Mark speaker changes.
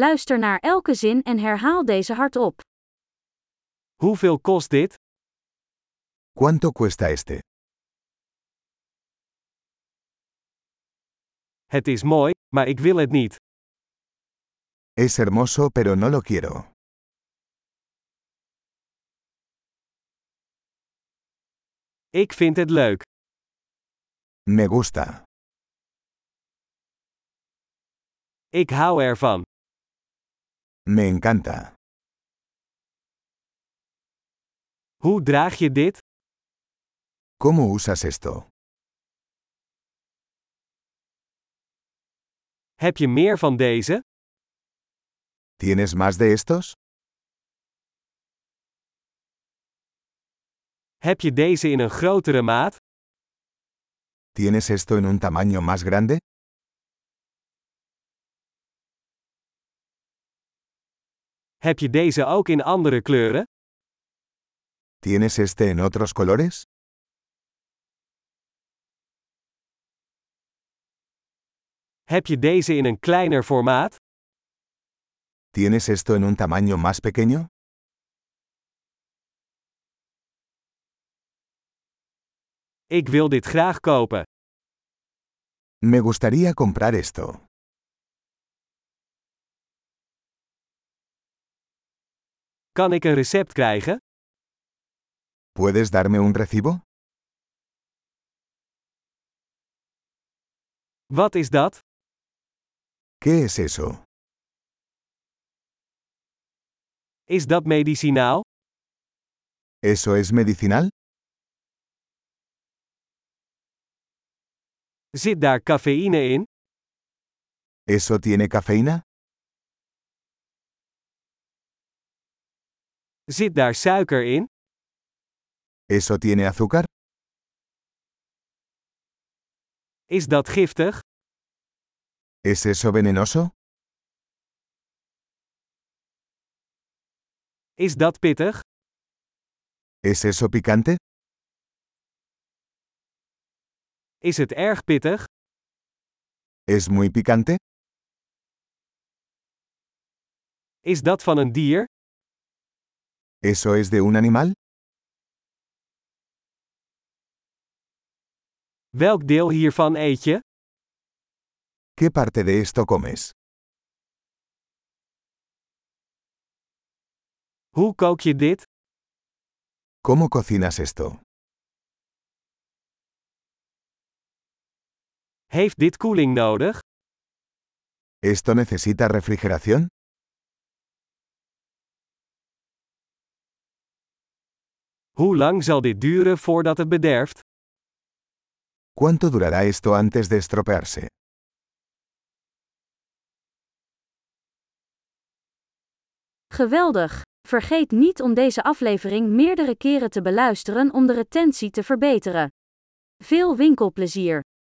Speaker 1: Luister naar elke zin en herhaal deze hardop.
Speaker 2: Hoeveel kost dit?
Speaker 3: ¿Cuánto cuesta este?
Speaker 2: Het is mooi, maar ik wil het niet.
Speaker 3: Es hermoso pero no lo quiero.
Speaker 2: Ik vind het leuk.
Speaker 3: Me gusta.
Speaker 2: Ik hou ervan.
Speaker 3: Me encanta.
Speaker 2: Hoe draag je dit?
Speaker 3: ¿Cómo usas esto?
Speaker 2: Heb je meer van deze?
Speaker 3: ¿Tienes más de estos?
Speaker 2: Heb je deze in een grotere maat?
Speaker 3: ¿Tienes esto en un tamaño más grande?
Speaker 2: Heb je deze ook in andere kleuren?
Speaker 3: ¿Tienes este en otros colores?
Speaker 2: Heb je deze in een kleiner formaat?
Speaker 3: ¿Tienes esto en un tamaño más pequeño?
Speaker 2: Ik wil dit graag kopen.
Speaker 3: Me gustaría comprar esto.
Speaker 2: Kan ik een recept krijgen?
Speaker 3: ¿Puedes darme un recibo?
Speaker 2: Wat is dat?
Speaker 3: ¿Qué es eso?
Speaker 2: Is dat medicinaal?
Speaker 3: ¿Eso es medicinal?
Speaker 2: Zit daar cafeïne in?
Speaker 3: ¿Eso tiene cafeína?
Speaker 2: Zit daar suiker in?
Speaker 3: ¿Eso tiene azúcar?
Speaker 2: Is dat giftig?
Speaker 3: ¿Es eso venenoso?
Speaker 2: Is dat pittig?
Speaker 3: ¿Es eso picante?
Speaker 2: Is het erg pittig?
Speaker 3: ¿Es muy picante?
Speaker 2: Is dat van een dier?
Speaker 3: ¿Eso es de un animal?
Speaker 2: Welk deel hiervan eet je?
Speaker 3: ¿Qué parte de esto comes?
Speaker 2: Hoe kook je dit?
Speaker 3: ¿Cómo cocinas esto?
Speaker 2: Heeft dit koeling nodig?
Speaker 3: ¿Esto necesita refrigeración?
Speaker 2: Hoe lang zal dit duren voordat het bederft?
Speaker 3: ¿Cuánto durará esto antes de estropearse?
Speaker 1: Geweldig! Vergeet niet om deze aflevering meerdere keren te beluisteren om de retentie te verbeteren. Veel winkelplezier!